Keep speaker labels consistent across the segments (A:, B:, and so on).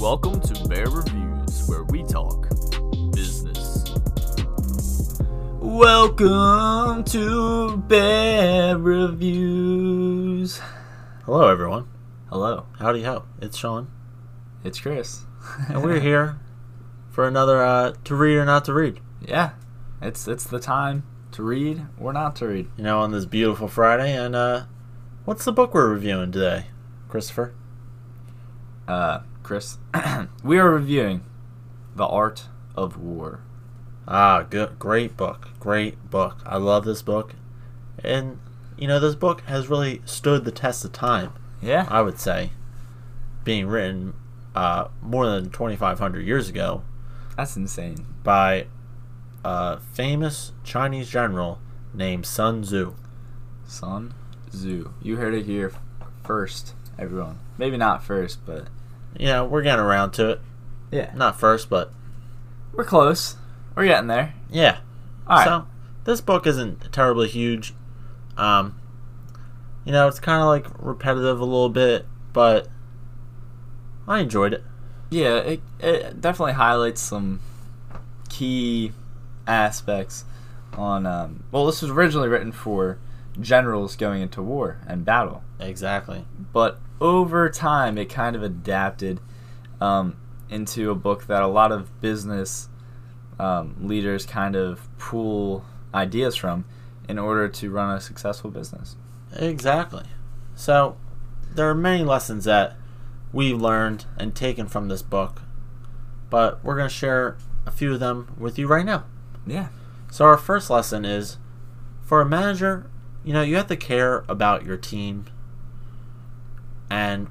A: Welcome to Bear Reviews, where we talk business. Welcome to Bear Reviews.
B: Hello, everyone.
A: Hello,
B: Howdy ho. It's Sean,
A: it's Chris.
B: and we're here for another uh, to read or not to read.
A: yeah, it's it's the time to read or not to read.
B: You know, on this beautiful Friday. And uh, what's the book we're reviewing today, Christopher?
A: Uh, Chris, we are reviewing The Art of War.
B: Ah, good, great book, great book. I love this book, and you know, this book has really stood the test of time.
A: Yeah,
B: I would say, being written uh, more than 2,500 years ago
A: that's insane.
B: by a famous Chinese general named Sun Tzu.
A: Sun Tzu. You heard it here first, everyone. Maybe not first, but
B: Yeah, we're getting around to it.
A: yeah,
B: Not first, but
A: we're close. We're getting there.
B: yeah.
A: All right.
B: So this book isn't terribly huge. Um, you know, it's kind of like repetitive a little bit, but I enjoyed it.
A: yeah, it, it definitely highlights some key aspects on. Um, well, this was originally written for generals going into war and battle,
B: Exactly.
A: but over time it kind of adapted um, into a book that a lot of business um, leaders kind of pull ideas from in order to run a successful business.
B: Exactly. So there are many lessons that we learned and taken from this book, but we're going to share a few of them with you right now.
A: Yeah.
B: So our first lesson is for a manager, you know, you have to care about your team and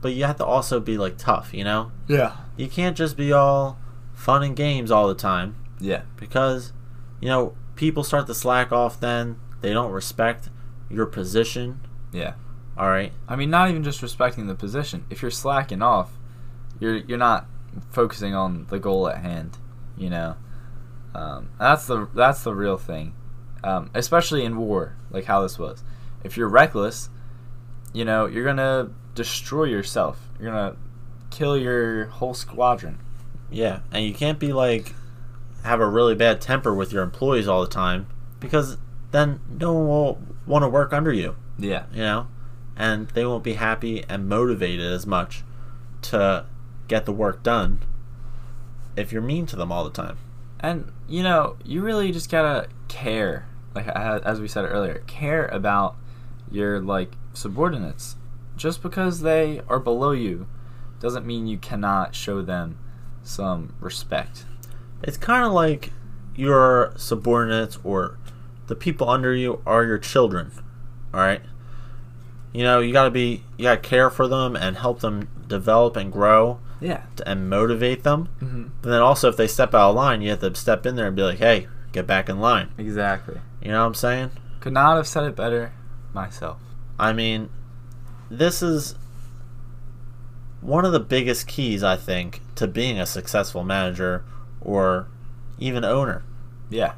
B: but you have to also be like tough, you know?
A: Yeah.
B: You can't just be all fun and games all the time
A: Yeah.
B: because you know, people start to slack off then. They don't respect your position,
A: Yeah.
B: all right?
A: I mean, not even just respecting the position. If you're slacking off, you're you're not focusing on the goal at hand. You know, um, that's the that's the real thing, um, especially in war, like how this was. If you're reckless, you know you're gonna destroy yourself. You're gonna kill your whole squadron.
B: Yeah, and you can't be like have a really bad temper with your employees all the time because then no one will want to work under you,
A: Yeah.
B: you know? And they won't be happy and motivated as much to get the work done if you're mean to them all the time.
A: And you know, you really just gotta care, like a- as we said earlier, care about your like subordinates. Just because they are below you, doesn't mean you cannot show them some respect.
B: It's kind of like your subordinates or the people under you are your children. All right? You know, you got to be you got to care for them and help them develop and grow
A: Yeah.
B: and motivate them.
A: hmm
B: But then also, if they step out of line, you have to step in there and be like, "Hey, get back in line."
A: Exactly.
B: You know what I'm saying?
A: Could not have said it better myself.
B: I mean, this is one of the biggest keys I think to being a successful manager or even owner.
A: Yeah.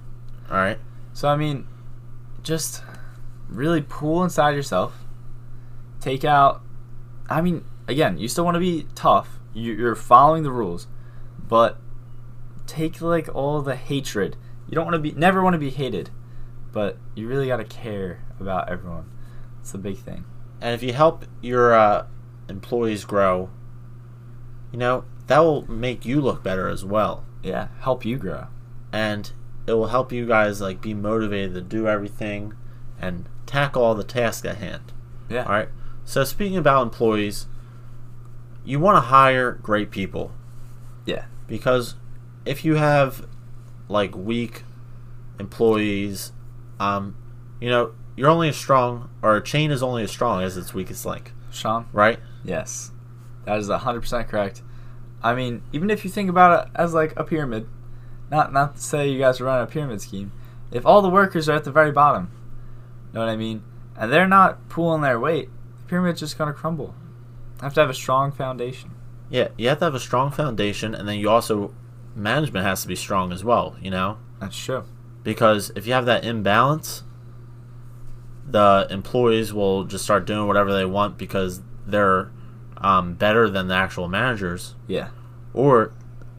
B: All right,
A: So I mean, just really pull inside yourself. Take out. I mean, again, you still want to be tough. You, you're following the rules, but take like all the hatred. You don't want to be, never want to be hated, but you really got to care about everyone. It's the big thing.
B: and if you help your uh, employees grow, you know that will make you look better as well,
A: Yeah, help you grow.
B: and it will help you guys like be motivated to do everything and tackle all the tasks at hand.
A: Yeah.
B: All right. So speaking about employees, you want to hire great people
A: Yeah.
B: because if you have like weak employees, um, you know you're only as strong, or a chain is only as strong as its weakest link,
A: Sean.
B: right?
A: Yes, that is hundred percent correct. I mean, even if you think about it as like a pyramid, not not to say you guys are running a pyramid scheme. If all the workers are at the very bottom, know what I mean, and they're not pulling their weight, the pyramid's just gonna crumble. have to have a strong foundation.
B: Yeah. You have to have a strong foundation, and then you also management has to be strong as well. You know,
A: That's true.
B: because if you have that imbalance, the employees will just start doing whatever they want because they're um, better than the actual managers,
A: Yeah.
B: or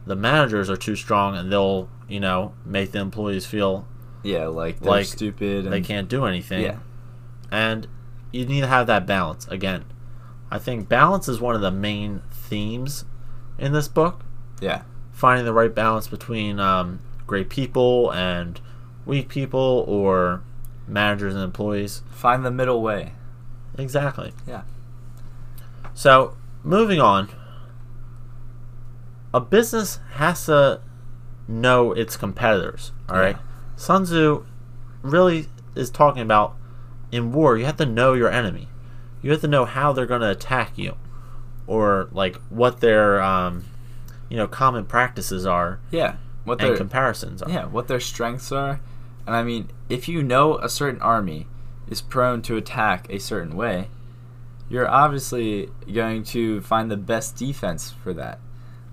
B: the managers are too strong and they'll you know make the employees feel
A: Yeah, like they're
B: Like,
A: stupid and
B: they can't do anything.
A: Yeah.
B: and you need to have that balance again. I think balance is one of the main themes in this book.
A: Yeah.
B: Finding the right balance between um, great people and weak people, or managers and employees.
A: Find the middle way.
B: Exactly.
A: Yeah.
B: So, moving on. A business has to know its competitors. All
A: Yeah.
B: right. Sun Tzu really is talking about in war, you have to know your enemy. You have to know how they're going to attack you, or like what their, um, you know, common practices are
A: Yeah. What
B: and
A: they're
B: comparisons are.
A: yeah, what their strengths are. And I mean, if you know a certain army is prone to attack a certain way, you're obviously going to find the best defense for that.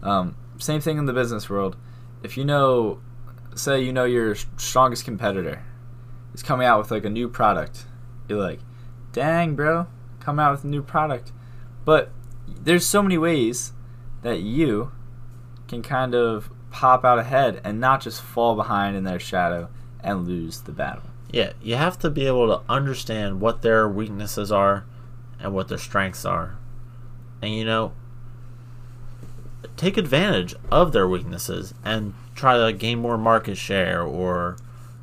A: Um, same thing in the business world. If you know, say, you know your s- strongest competitor is coming out with like a new product, you're like, dang, bro, come out with a new product. But there's so many ways that you can kind of pop out ahead and not just fall behind in their shadow and lose the battle.
B: Yeah, you have to be able to understand what their weaknesses are and what their strengths are. And you know, take advantage of their weaknesses and try to gain more market share or,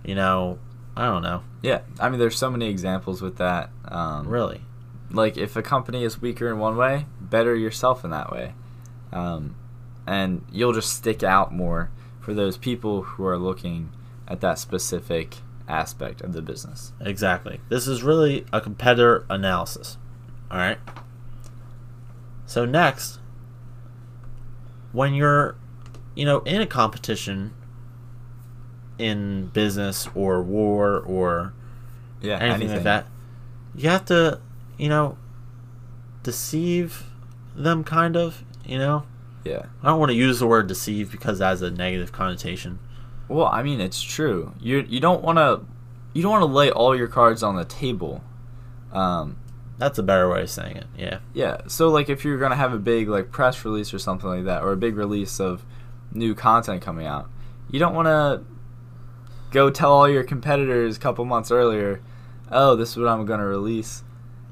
B: you know, I don't know,
A: Yeah, I mean, there's so many examples with that. Um,
B: really.
A: Like, if a company is weaker in one way, better yourself in that way. Um, and you'll just stick out more for those people who are looking at that specific aspect of the business.
B: Exactly. This is really a competitor analysis. All right. So next, when you're, you know, in a competition in business or war or
A: Yeah,
B: anything, like that, you have to, you know, deceive them kind of, you know.
A: Yeah.
B: I don't want to use the word deceive because that has a negative connotation.
A: Well, I mean, it's true. You you don't want to you don't want to lay all your cards on the table. Um,
B: That's a better way of saying it. Yeah.
A: Yeah. So like if you're gonna have a big like press release or something like that, or a big release of new content coming out, you don't wanna go tell all your competitors a couple months earlier, Oh, this is what I'm gonna release.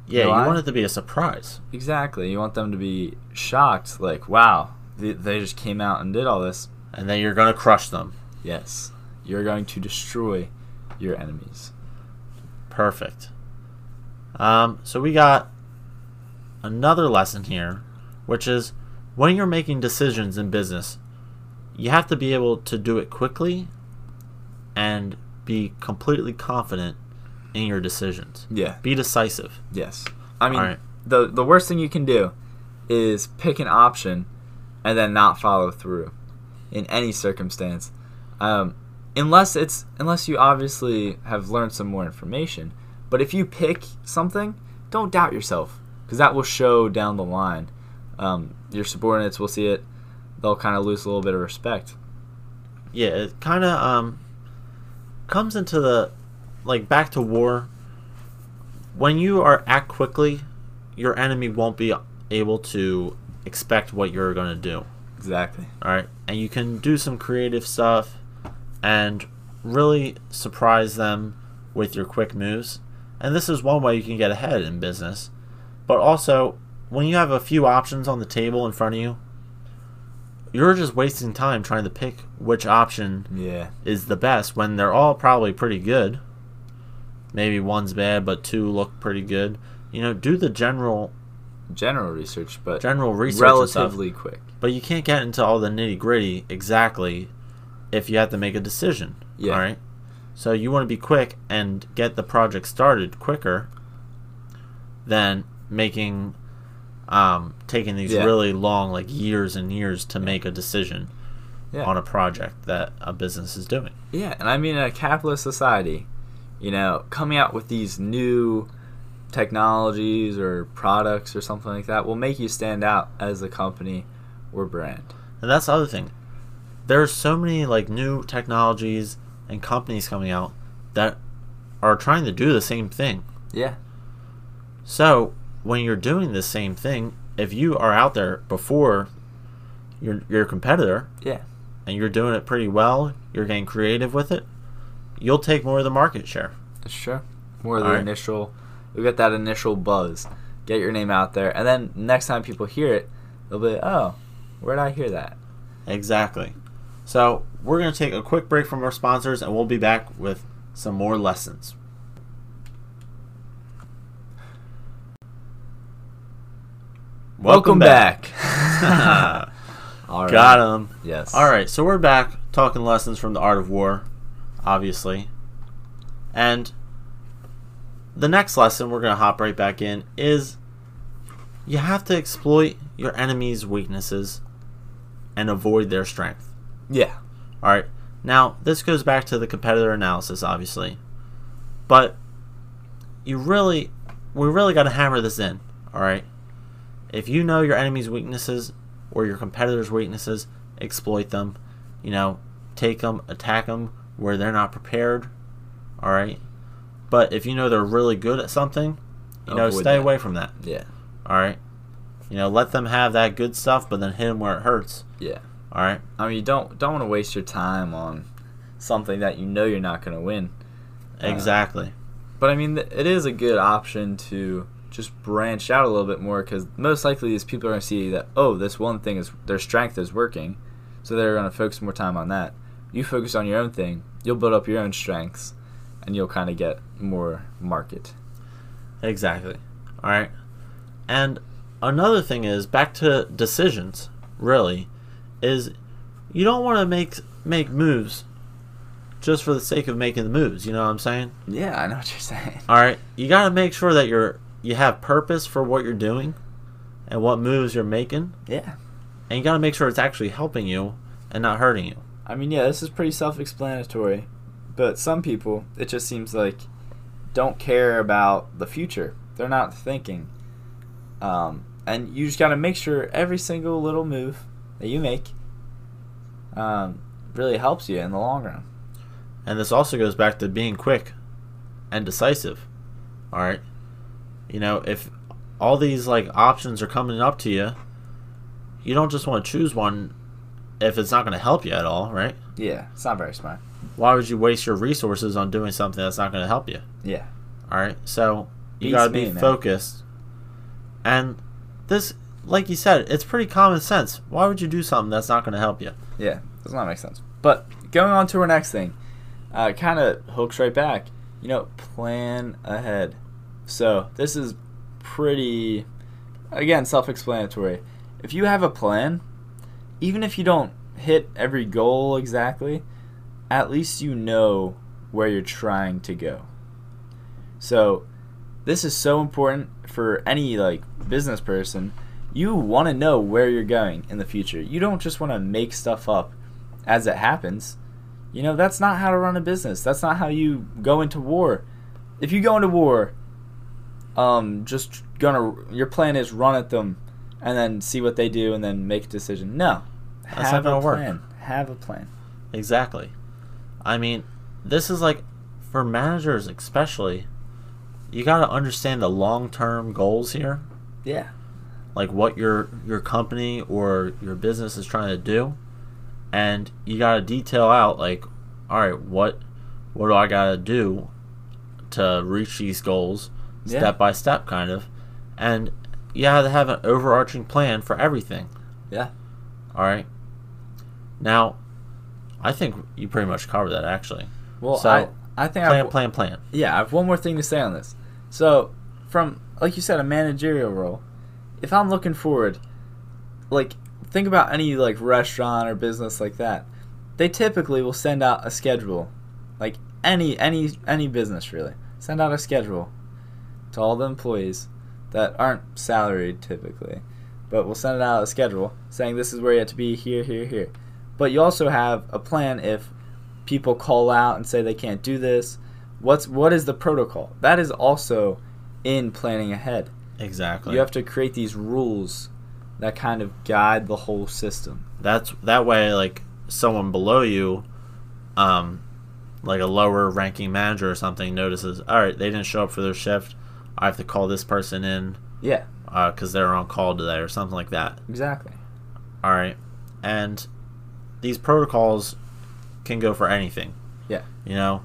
B: Yeah,
A: No,
B: you
A: I-
B: want it to be a surprise.
A: Exactly. You want them to be shocked, like, wow, they, they just came out and did all this.
B: and then you're gonna crush them.
A: Yes. You're going to destroy your enemies.
B: Perfect. Um, so we got another lesson here, which is when you're making decisions in business, you have to be able to do it quickly and be completely confident in your decisions.
A: Yeah.
B: Be decisive.
A: Yes. I mean,
B: Alright.
A: the the worst thing you can do is pick an option and then not follow through in any circumstance, um, unless it's unless you obviously have learned some more information. But if you pick something, don't doubt yourself because that will show down the line. Um, your subordinates will see it; they'll kind of lose a little bit of respect.
B: Yeah, it kind of um, comes into the like back to war. When you are act quickly, your enemy won't be able to expect what you're gonna do.
A: Exactly.
B: All right, and you can do some creative stuff and really surprise them with your quick moves. And this is one way you can get ahead in business. But also, when you have a few options on the table in front of you, you're just wasting time trying to pick which option
A: Yeah.
B: is the best when they're all probably pretty good. Maybe one's bad, but two look pretty good. You know, do the general
A: General research, but
B: general research and stuff.
A: relatively quick.
B: But you can't get into all the nitty gritty exactly if you have to make a decision.
A: Yeah.
B: All right. So you want to be quick and get the project started quicker than making, um, taking these
A: Yeah.
B: really long, like years and years to make a decision
A: Yeah.
B: on a project that a business is doing.
A: Yeah, and I mean in a capitalist society, you know, coming out with these new technologies or products or something like that will make you stand out as a company or brand.
B: And that's the other thing. There are so many like new technologies and companies coming out that are trying to do the same thing.
A: Yeah.
B: So when you're doing the same thing, if you are out there before your your competitor
A: Yeah.
B: and you're doing it pretty well, you're getting creative with it, you'll take more of the market share.
A: Sure. More of the
B: Alright.
A: initial. We get that initial buzz. Get your name out there, and then next time people hear it, they'll be, "Oh, where'd I hear that?"
B: Exactly. So we're gonna take a quick break from our sponsors and we'll be back with some more lessons.
A: Welcome, back. All right.
B: Got him.
A: Yes.
B: All right, so we're back talking lessons from the Art of War, obviously. And the next lesson we're going to hop right back in is you have to exploit your enemy's weaknesses and avoid their strength.
A: Yeah.
B: All right. Now, this goes back to the competitor analysis, obviously. But you really, we really got to hammer this in. All right. If you know your enemy's weaknesses or your competitor's weaknesses, exploit them. You know, take them, attack them where they're not prepared. All right. But if you know they're really good at something, you know,
A: Avoid
B: stay
A: that.
B: away from that.
A: Yeah.
B: All right. You know, let them have that good stuff, but then hit them where it hurts.
A: Yeah.
B: All right.
A: I mean, you don't don't want to waste your time on something that you know you're not going to win. Uh,
B: Exactly.
A: But I mean, th- it is a good option to just branch out a little bit more because most likely these people are going to see that oh, this one thing is their strength is working, so they're going to focus more time on that. You focus on your own thing, you'll build up your own strengths, and you'll kind of get more market.
B: Exactly. All right. And another thing is back to decisions. Really, is you don't want to make make moves just for the sake of making the moves. You know what I'm saying?
A: Yeah, I know what you're saying.
B: All right. You got to make sure that you're you have purpose for what you're doing and what moves you're making,
A: Yeah.
B: and you got to make sure it's actually helping you and not hurting you.
A: I mean, yeah, this is pretty self-explanatory, but some people it just seems like don't care about the future. They're not thinking, um, and you just got to make sure every single little move that you make um, really helps you in the long run.
B: And this also goes back to being quick and decisive. All right. You know, if all these like options are coming up to you, you don't just want to choose one if it's not going to help you at all, right?
A: Yeah, it's not very smart.
B: Why would you waste your resources on doing something that's not going to help you?
A: Yeah,
B: All right. So, you
A: Beats
B: got to be
A: me, man.
B: focused. And this like you said, it's pretty common sense. Why would you do something that's not going to help you?
A: yeah, does not make sense. But going on to our next thing, uh, kind of hooks right back. You know, plan ahead. So this is pretty, again, self-explanatory. If you have a plan, even if you don't hit every goal exactly, at least you know where you're trying to go. So this is so important for any like business person. You want to know where you're going in the future. You don't just want to make stuff up as it happens. You know, that's not how to run a business. That's not how you go into war. If you go into war, um, just gonna your plan is run at them, and then see what they do, and then make a decision. No,
B: That's
A: have
B: not
A: a
B: gonna work.
A: plan. Have a plan.
B: Exactly. I mean, this is like for managers especially, you got to understand the long-term goals here,
A: Yeah.
B: like what your your company or your business is trying to do, and you got to detail out like all right, what what do I got to do to reach these goals
A: Yeah.
B: step by step kind of. And you have to have an overarching plan for everything.
A: Yeah.
B: All right. Now, I think you pretty much covered that actually.
A: Well,
B: So,
A: I I think I
B: Plan, plan, plan.
A: yeah, I have one more thing to say on this. So, from like you said, a managerial role. If I'm looking forward, like think about any like restaurant or business like that, they typically will send out a schedule, like any any any business really send out a schedule to all the employees that aren't salaried typically, but we'll send out a schedule saying this is where you have to be here here here. But you also have a plan if people call out and say they can't do this what's what is the protocol that is also in planning ahead
B: Exactly.
A: you have to create these rules that kind of guide the whole system
B: That's that way. Like someone below you, um, like a lower ranking manager or something notices. All right, they didn't show up for their shift. I have to call this person in
A: yeah
B: because they were on call today or something like that.
A: Exactly.
B: All right. And these protocols can go for anything.
A: Yeah.
B: You know,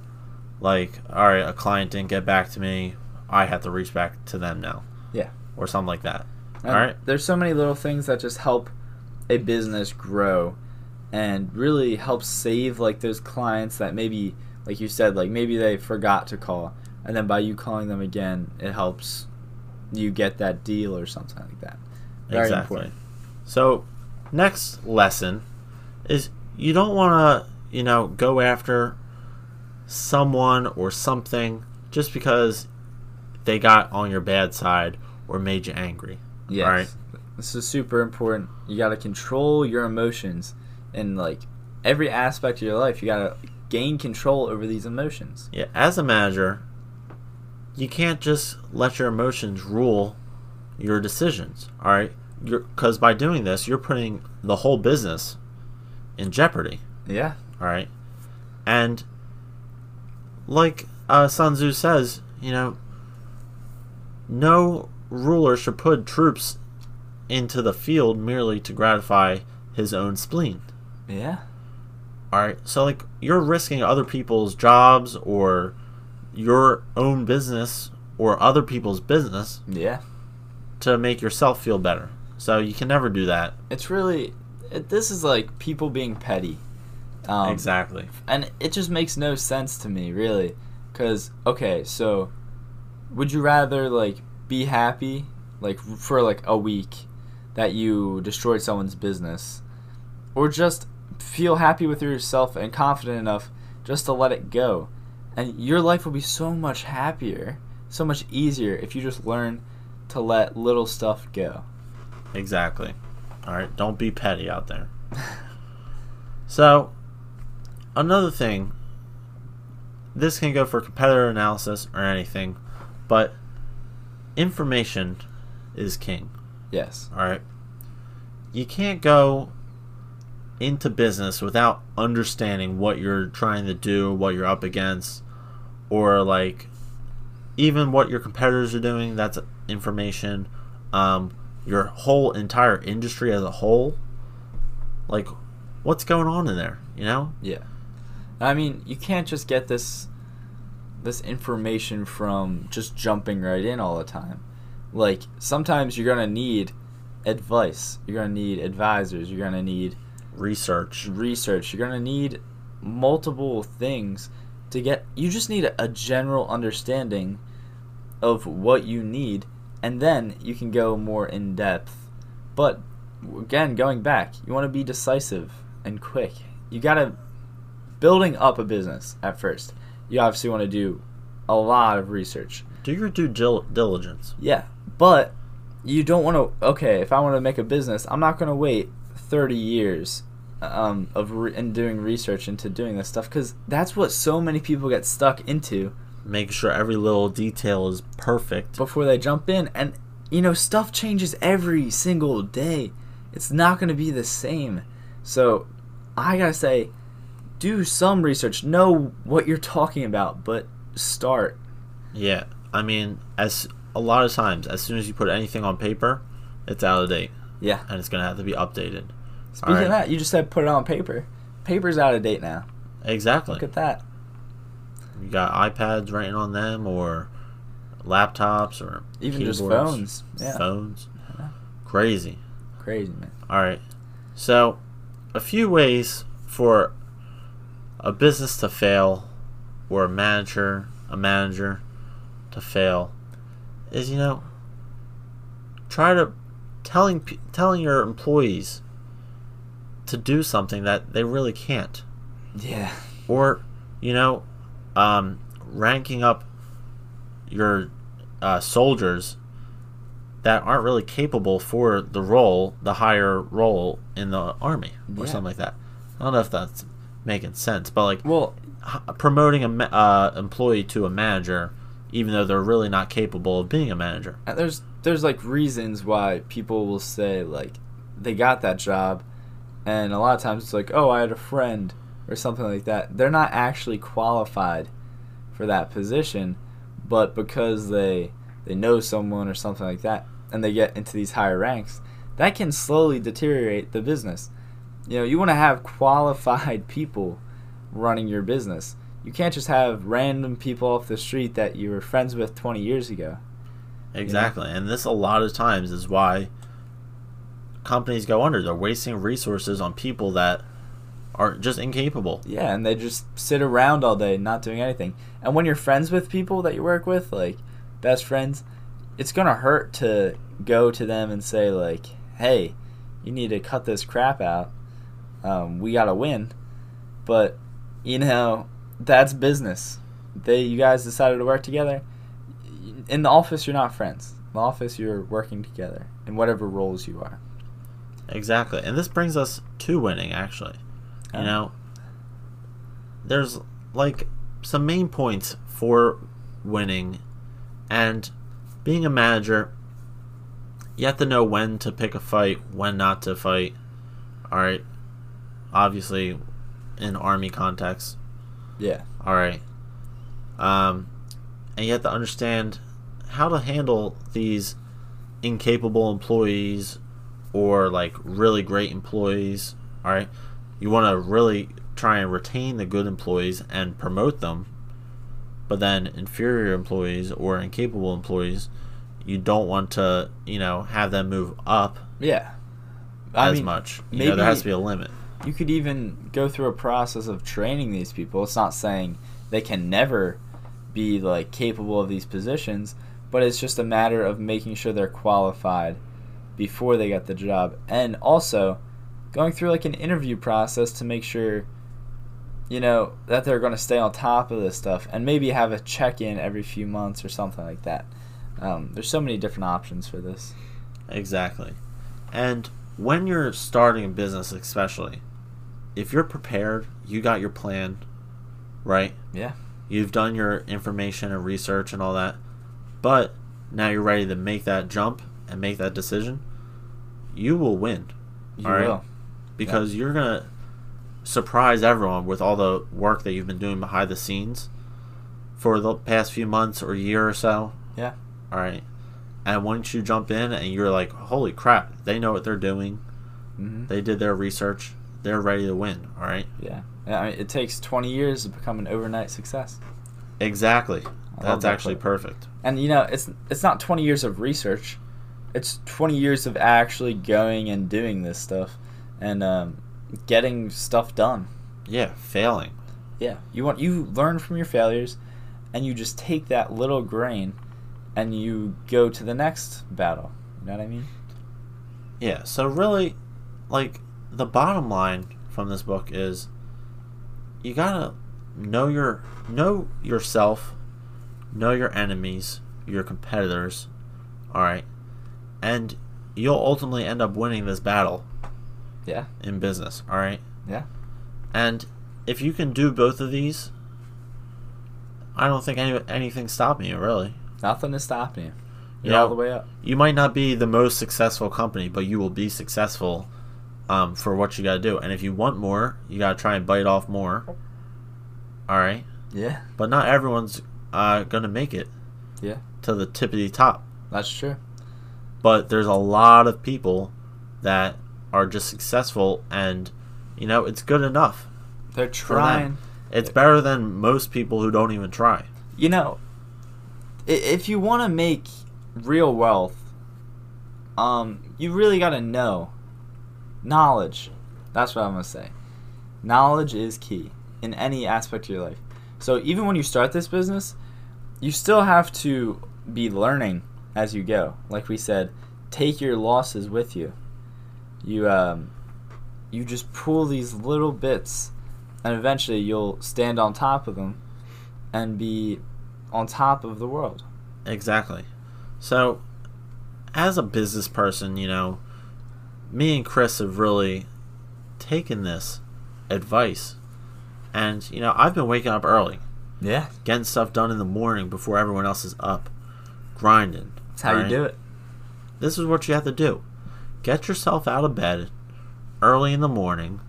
B: like, all right, a client didn't get back to me. I have to reach back to them now.
A: Yeah.
B: Or something like that.
A: And
B: all right.
A: There's so many little things that just help a business grow and really help save like those clients that maybe like you said like maybe they forgot to call and then by you calling them again it helps you get that deal or something like that. Very
B: exactly.
A: important.
B: So, next lesson is you don't want to, you know, go after someone or something just because they got on your bad side or made you angry.
A: Yes.
B: Right.
A: This is super important. You got to control your emotions in like every aspect of your life. You got to gain control over these emotions.
B: Yeah, as a manager, you can't just let your emotions rule your decisions. All right, because by doing this, you're putting the whole business in jeopardy.
A: Yeah.
B: All right, and like uh, Sun Tzu says, you know, no ruler should put troops into the field merely to gratify his own spleen.
A: Yeah.
B: All right. So like you're risking other people's jobs or your own business or other people's business
A: Yeah.
B: to make yourself feel better. So you can never do that.
A: It's really it, this is like people being petty. Um,
B: exactly.
A: And it just makes no sense to me, really, cuz okay, so would you rather like be happy like for like a week that you destroyed someone's business or just feel happy with yourself and confident enough just to let it go and your life will be so much happier so much easier if you just learn to let little stuff go
B: Exactly. All right. Don't be petty out there. so another thing. This can go for competitor analysis or anything, but information is king.
A: yes
B: All right. You can't go into business without understanding what you're trying to do, what you're up against, or like even what your competitors are doing. That's information. Um, your whole entire industry as a whole. Like, what's going on in there? You know?
A: Yeah. I mean, you can't just get this this information from just jumping right in all the time. Like sometimes you're going to need advice. You're going to need advisors. You're going to need
B: Research.
A: research. You're going to need multiple things to get you just need a, a general understanding of what you need and then you can go more in depth. But again, going back, you want to be decisive and quick. You got to building up a business at first. You obviously want to do a lot of research.
B: Do your due dil- diligence.
A: Yeah, but you don't want to. Okay, if I want to make a business, I'm not going to wait 30 years um, of re- and doing research into doing this stuff because that's what so many people get stuck into
B: Make sure every little detail is perfect.
A: before they jump in. And you know, stuff changes every single day. It's not going to be the same. So I gotta say, do some research. Know what you're talking about, but start.
B: Yeah, I mean, as a lot of times, as soon as you put anything on paper, it's out of date
A: Yeah.
B: and it's gonna have to be updated.
A: Speaking
B: Alright.
A: of that, you just said put it on paper. Paper's out of date now.
B: Exactly.
A: Look at that.
B: You got iPads writing on them, or laptops, or
A: Even just
B: keyboards,
A: phones. Yeah.
B: phones.
A: Yeah.
B: Crazy.
A: Crazy, man.
B: All right. So, a few ways for a business to fail or a manager, a manager to fail is you know try to telling pe- telling your employees to do something that they really can't
A: Yeah.
B: or you know um, ranking up your uh, soldiers that aren't really capable for the role the higher role in the army or
A: Yeah.
B: something like that i don't know if that's making sense but like
A: Well,
B: h- promoting a ma- uh, employee to a manager even though they're really not capable of being a manager
A: and Uh, there's there's like reasons why people will say like they got that job, and a lot of times it's like oh I had a friend or something like that. They're not actually qualified for that position, but because they they know someone or something like that, and they get into these higher ranks, that can slowly deteriorate the business. You know, you want to have qualified people running your business. You can't just have random people off the street that you were friends with 20 years ago.
B: Exactly. And this, a lot of times, is why companies go under. They're wasting resources on people that are just incapable.
A: Yeah, and they just sit around all day not doing anything. And when you're friends with people that you work with, like best friends, it's gonna hurt to go to them and say like, "Hey, you need to cut this crap out. Um, we gotta win." But you know, that's business. They, you guys decided to work together. In the office, you're not friends. In the office, you're working together in whatever roles you are.
B: Exactly. And this brings us to winning, actually. You know, there's like some main points for winning and being a manager. You have to know when to pick a fight, when not to fight. All right. Obviously, in army context.
A: Yeah.
B: All right. Um, and you have to understand how to handle these incapable employees or like really great employees. All right you want to really try and retain the good employees and promote them but then inferior employees or incapable employees you don't want to you know have them move up
A: Yeah. I
B: as
A: mean,
B: much you know there
A: maybe-
B: has to be a limit
A: you could even go through a process of training these people. It's not saying they can never be like capable of these positions, but it's just a matter of making sure they're qualified before they get the job and also going through like an interview process to make sure you know that they're going to stay on top of this stuff and maybe have a check-in every few months or something like that. Um, there's so many different options for this.
B: exactly and when you're starting a business especially if you're prepared you got your plan right
A: Yeah.
B: you've done your information and research and all that, but now you're ready to make that jump and make that decision, you will win
A: You
B: All right.
A: will.
B: because you're going to surprise everyone with all the work that you've been doing behind the scenes for the past few months or year or so.
A: Yeah.
B: All right. And once you jump in and you're like, holy crap, they know what they're doing,
A: Mhm.
B: they did their research, they're ready to win. All right.
A: Yeah. Yeah, I mean, it takes 20 years to become an overnight success.
B: Exactly.
A: I love
B: That's
A: that
B: actually
A: clip.
B: perfect.
A: And you know, it's it's not 20 years of research. It's 20 years of actually going and doing this stuff and um, getting stuff done.
B: Yeah. Failing.
A: Yeah. You want you learn from your failures and you just take that little grain and you go to the next battle. You know what I mean?
B: Yeah, so really, like, the bottom line from this book is you gotta know your know yourself, know your enemies, your competitors, alright? And you'll ultimately end up winning this battle
A: Yeah.
B: in business, alright?
A: Yeah.
B: And if you can do both of these, I don't think any, anything's stopping you, really.
A: Nothing is stopping you.
B: You
A: You're all the
B: know,
A: way up.
B: you might not be the most successful company, but you will be successful um, for what you got to do. And if you want more, you got to try and bite off more. All right.
A: Yeah.
B: But not everyone's uh, going to make it
A: Yeah.
B: to the tippity top.
A: That's true.
B: But there's a lot of people that are just successful and, you know, it's good enough.
A: They're
B: for them.
A: trying.
B: It's better than most people who don't even try.
A: you know, i- if you want to make real wealth, um, you really got to know knowledge. That's what I'm gonna say. Knowledge is key in any aspect of your life. So even when you start this business, you still have to be learning as you go. Like we said, take your losses with you. You um, you just pull these little bits, and eventually you'll stand on top of them, and be on top of the world.
B: Exactly. So, as a business person, you know, me and Chris have really taken this advice. And, you know, I've been waking up early,
A: Yeah,
B: getting stuff done in the morning before everyone else is up, grinding.
A: that's how you do it.
B: This is what you have to do get yourself out of bed early in the morning,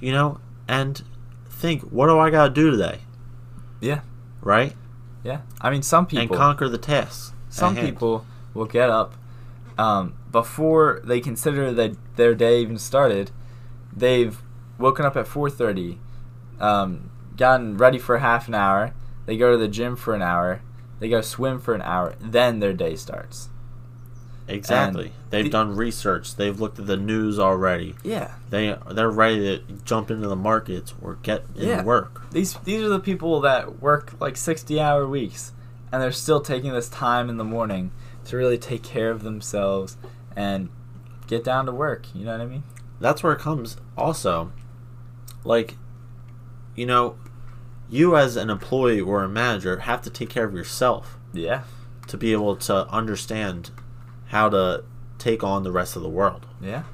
B: you know, and think, what do I got to do today?
A: Yeah,
B: Right?
A: yeah. I mean, some people,
B: And conquer the tasks. at
A: some
B: hand.
A: people will get up, um, before they consider that their day even started, they've woken up at 4.30, um, gotten ready for half an hour, they go to the gym for an hour, they go swim for an hour, then their day starts.
B: Exactly. They've
A: the-
B: done research. They've looked at the news already.
A: Yeah.
B: They they're ready to jump into the markets or get in
A: Yeah.
B: work.
A: These these are the people that work like 60 hour weeks and they're still taking this time in the morning to really take care of themselves and get down to work, you know what I mean?
B: That's where it comes also. Like you know, you as an employee or a manager have to take care of yourself
A: Yeah.
B: to be able to understand how to take on the rest of the world.
A: Yeah.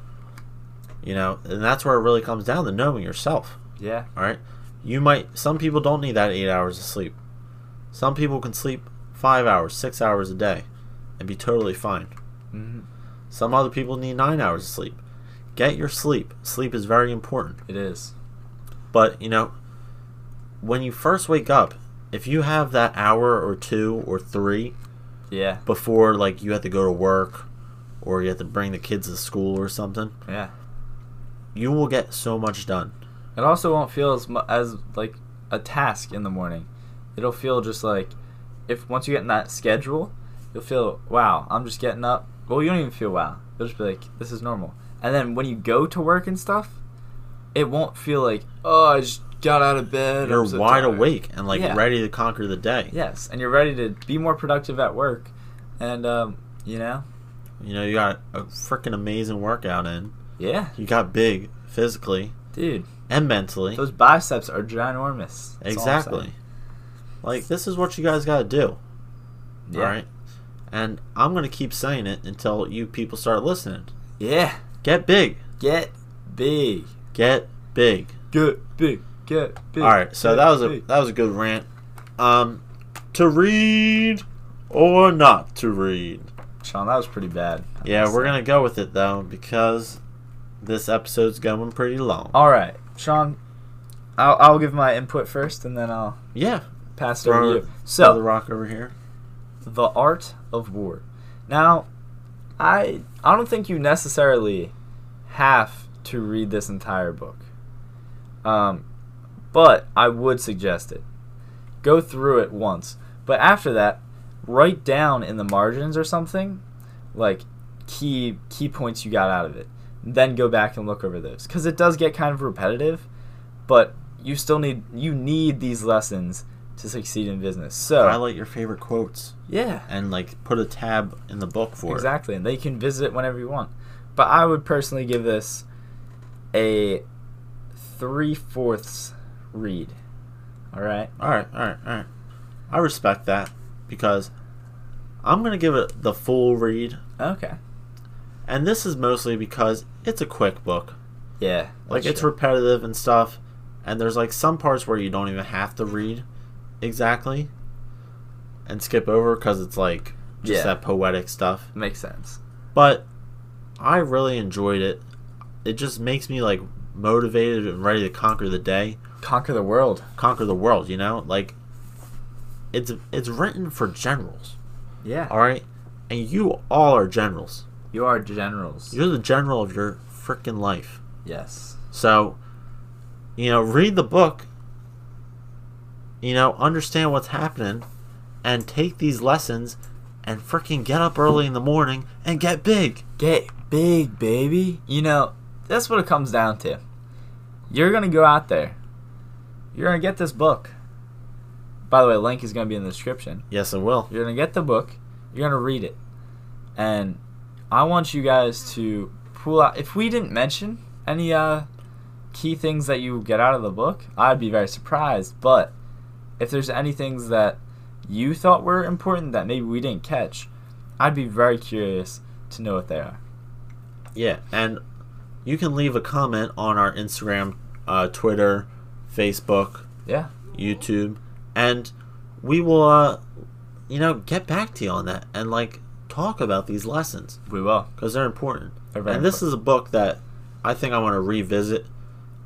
B: You know, and that's where it really comes down to knowing yourself.
A: Yeah.
B: All right. You might. Some people don't need that eight hours of sleep. Some people can sleep five hours, six hours a day, and be totally fine.
A: Mhm.
B: Some other people need nine hours of sleep. Get your sleep. Sleep is very important.
A: It is.
B: But you know, when you first wake up, if you have that hour or two or three
A: Yeah.
B: before, like you have to go to work, or you have to bring the kids to school or something,
A: Yeah.
B: you will get so much done.
A: It also won't feel as mu- as like a task in the morning. It'll feel just like if once you get in that schedule, you'll feel wow. I'm just getting up. Well, you don't even feel wow. You'll just be like, this is normal. And then when you go to work and stuff, it won't feel like oh, I just got out of bed.
B: You're
A: I'm so
B: wide
A: tired."
B: awake and like
A: Yeah.
B: ready to conquer the day.
A: Yes, and you're ready to be more productive at work, and um, you know,
B: You know, you got a freaking amazing workout in.
A: yeah,
B: You got big physically
A: dude,
B: and mentally.
A: those biceps are ginormous. That's all I'm saying.
B: exactly. Like this is what you guys got to do.
A: Yeah.
B: All right. And I'm going to keep saying it until you people start listening.
A: Yeah.
B: Get big.
A: Get big.
B: Get big.
A: Get big. Get big.
B: All right. So
A: get
B: that was a
A: big.
B: that was a good rant. Um to read or not to read.
A: Sean, that was pretty bad.
B: Yeah, we're going to go with it though because this episode's going pretty long.
A: All right, Sean. I'll, I'll give my input first, and then I'll
B: Yeah.
A: pass it
B: Throw-
A: over to you.
B: Throw the
A: So,
B: rock over here.
A: the art of war. Now, I I don't think you necessarily have to read this entire book, um, but I would suggest it. Go through it once, but after that, write down in the margins or something like key key points you got out of it. Then go back and look over those because it does get kind of repetitive, but you still need you need these lessons to succeed in business. So
B: highlight your favorite quotes
A: yeah,
B: and like put a tab in the book for
A: exactly, and they can visit it whenever you want. But I would personally give this a three fourths read. All right.
B: it. All right, all right, all right. I respect that because I'm gonna give it the full read,
A: Okay.
B: and this is mostly because it's a quick book.
A: Yeah.
B: Like
A: that's
B: it's
A: true.
B: repetitive and stuff, and there's like some parts where you don't even have to read exactly and skip over because it's like just
A: Yeah.
B: that poetic stuff.
A: makes sense.
B: But I really enjoyed it. It just makes me like motivated and ready to conquer the day.
A: Conquer the world.
B: conquer the world. You know, like it's it's written for generals.
A: Yeah.
B: All right, and you all are generals.
A: You are generals.
B: You're the general of your freaking life.
A: yes.
B: So, you know, read the book. You know, understand what's happening, and take these lessons, and freaking get up early in the morning and get big.
A: Get big, baby. You know, that's what it comes down to. You're gonna go out there. You're gonna get this book. By the way, link is gonna be in the description.
B: Yes, it will.
A: You're gonna get the book. You're gonna read it, and I want you guys to pull out. If we didn't mention any uh, key things that you get out of the book, I'd be very surprised. But if there's any things that you thought were important that maybe we didn't catch, I'd be very curious to know what they are.
B: Yeah, and you can leave a comment on our Instagram, uh, Twitter, Facebook.
A: Yeah,
B: YouTube, and we will, uh, you know, get back to you on that and like talk about these lessons
A: we will.
B: because they're important.
A: They're very
B: and this is a book that I think I want to revisit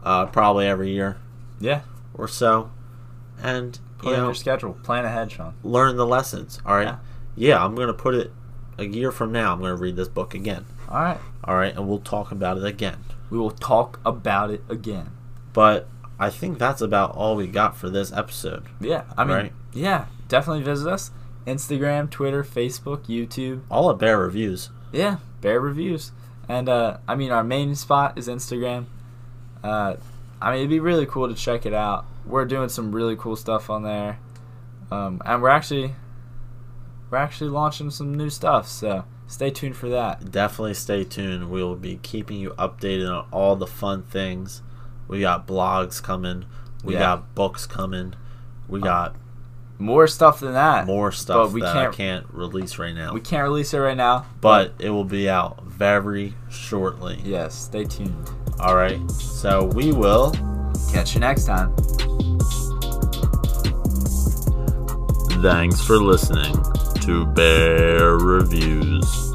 B: uh, probably every year
A: Yeah,
B: or so, and
A: put
B: you
A: it in
B: know,
A: your schedule. Plan ahead, Sean.
B: learn the lessons. All right, yeah.
A: Yeah.
B: I'm gonna put it a year from now, I'm going to read this book again.
A: All right.
B: All right, and we'll talk about it again.
A: We will talk about it again.
B: But I think that's about all we got for this episode.
A: Yeah. I mean,
B: Right.
A: yeah. Definitely visit us Instagram, Twitter, Facebook, YouTube.
B: All at Bear Reviews.
A: Yeah. Bear reviews. And, uh, I mean, our main spot is Instagram. Uh, I mean, it'd be really cool to check it out. We're doing some really cool stuff on there. Um, and we're actually. We're actually launching some new stuff, so stay tuned for that.
B: Definitely stay tuned. We will be keeping you updated on all the fun things. We got blogs coming. We
A: Yeah.
B: got books coming. We got
A: More stuff than that.
B: more stuff
A: but we
B: that I
A: can't-
B: can't release right now.
A: We can't release it right now,
B: but it will be out very shortly.
A: yes, stay tuned.
B: All right. So we will.
A: Catch you next time.
B: Thanks for listening to Bear Reviews.